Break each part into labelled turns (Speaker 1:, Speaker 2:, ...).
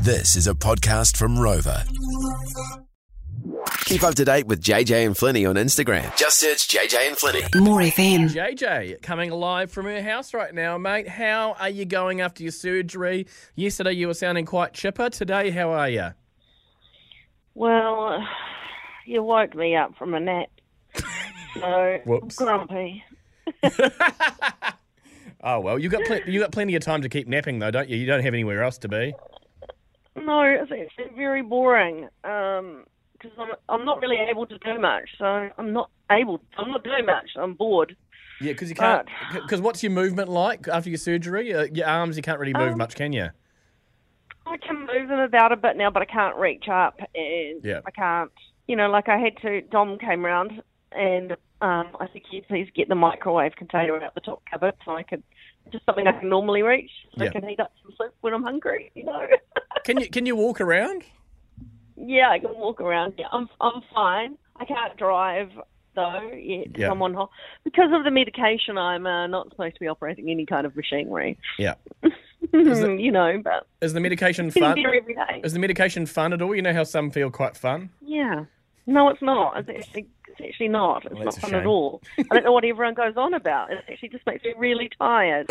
Speaker 1: This is a podcast from Rover.
Speaker 2: Keep up to date with JJ and Flinny on Instagram. Just search JJ and Flinny.
Speaker 3: More FM.
Speaker 4: JJ coming live from her house right now, mate. How are you going after your surgery? Yesterday you were sounding quite chipper. Today, how are you?
Speaker 5: Well, you woke me up from a nap. So
Speaker 4: Whoops.
Speaker 5: I'm grumpy.
Speaker 4: Oh well, you got pl- you got plenty of time to keep napping though, don't you? You don't have anywhere else to be.
Speaker 5: No, it's actually very boring because I'm, I'm not really able to do much. So I'm not able. I'm not doing much. I'm bored.
Speaker 4: Yeah, because you can't. Because what's your movement like after your surgery? Uh, your arms, you can't really move
Speaker 5: Um,
Speaker 4: much, can you?
Speaker 5: I can move them about a bit now, but I can't reach up and
Speaker 4: Yeah.
Speaker 5: I can't. You know, like I had to. Dom came round and um, I said, "Can you please get the microwave container out the top cupboard so I could just something I can normally reach so
Speaker 4: Yeah.
Speaker 5: I can heat up some soup when I'm hungry." You know.
Speaker 4: Can you can you walk around?
Speaker 5: Yeah, I can walk around. Yeah, I'm I'm fine. I can't drive though yet. 'cause
Speaker 4: Yeah.
Speaker 5: I'm on ho- because of the medication. I'm uh, not supposed to be operating any kind of machinery.
Speaker 4: Yeah. it-
Speaker 5: you know, but
Speaker 4: Is the medication
Speaker 5: getting
Speaker 4: fun?
Speaker 5: there every day.
Speaker 4: Is the medication fun at all? You know how some feel quite fun.
Speaker 5: Yeah. No, it's not. It's actually, it's actually not. It's
Speaker 4: Well,
Speaker 5: not
Speaker 4: that's a
Speaker 5: fun at
Speaker 4: shame.
Speaker 5: all. I don't know what everyone goes on about. It actually just makes me really tired.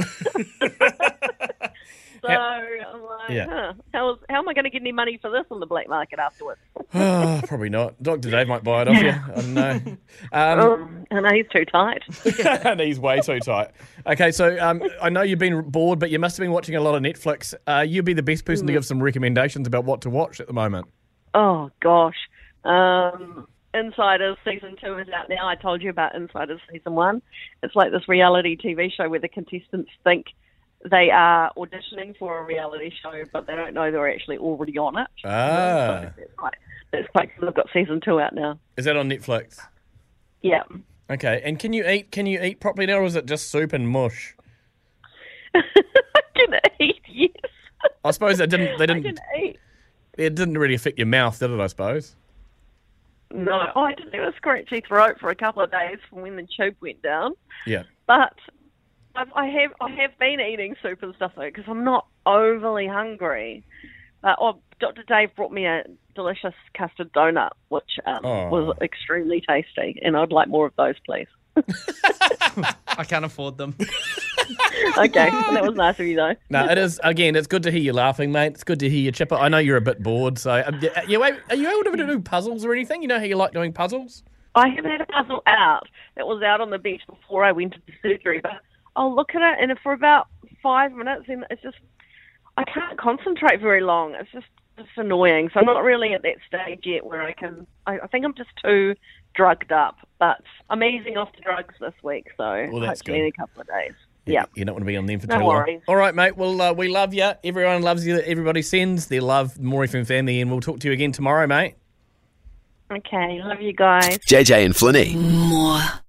Speaker 5: so I'm like,
Speaker 4: Yeah.
Speaker 5: huh, how, is, how am I going to get any money for this on the black market afterwards?
Speaker 4: Ah, probably not. Doctor Dave might buy it off you. I don't know. Um,
Speaker 5: Oh, I know he's too tight.
Speaker 4: and he's way too tight. Okay, so um, I know you've been bored, but you must have been watching a lot of Netflix. Uh, you'd be the best person to give some recommendations about what to watch at the moment.
Speaker 5: Oh gosh, um, Insiders season two is out now. I told you about Insiders season one. It's like this reality TV show where the contestants think they are auditioning for a reality show, but they don't know they're actually already on it.
Speaker 4: Ah,
Speaker 5: It's quite, it's quite. They've got season two out now.
Speaker 4: is that on Netflix?
Speaker 5: Yeah.
Speaker 4: Okay, and can you eat? Can you eat properly now, or is it just soup and mush?
Speaker 5: I can eat. Yes,
Speaker 4: I suppose it didn't. They
Speaker 5: I can
Speaker 4: didn't.
Speaker 5: eat.
Speaker 4: It didn't really affect your mouth, did it? I suppose.
Speaker 5: No, oh, I didn't have a scratchy throat for a couple of days from when the tube went down.
Speaker 4: Yeah.
Speaker 5: but I've, I have I have been eating soup and stuff though because I'm not overly hungry. Uh, oh, Dr. Dave brought me a delicious custard donut, which um,
Speaker 4: Oh.
Speaker 5: was extremely tasty, and I'd like more of those, please.
Speaker 6: I can't afford them.
Speaker 5: Okay, that was nice of you though.
Speaker 4: No, it is. Again, it's good to hear you laughing, mate. It's good to hear you chipper. I know you're a bit bored, so um, y- are you, a- are you able to do puzzles or anything? You know how you like doing puzzles.
Speaker 5: I have had a puzzle out that was out on the beach before I went to the surgery, but I'll look at it and for about five minutes, and it's just I can't concentrate very long. It's just it's annoying. So I'm not really at that stage yet where I can. I, I think I'm just too drugged up, but I'm easing off the drugs this week, so
Speaker 4: Well, that's
Speaker 5: hopefully in
Speaker 4: good.
Speaker 5: a couple of days. Yeah.
Speaker 4: You don't want to be on them for
Speaker 5: No
Speaker 4: too long.
Speaker 5: worries.
Speaker 4: All right, mate. Well, uh, we love you. Everyone loves you. Everybody sends their love. More FM family. And we'll talk to you again tomorrow, mate.
Speaker 5: Okay, love you guys.
Speaker 2: JJ and Flinny.
Speaker 3: More.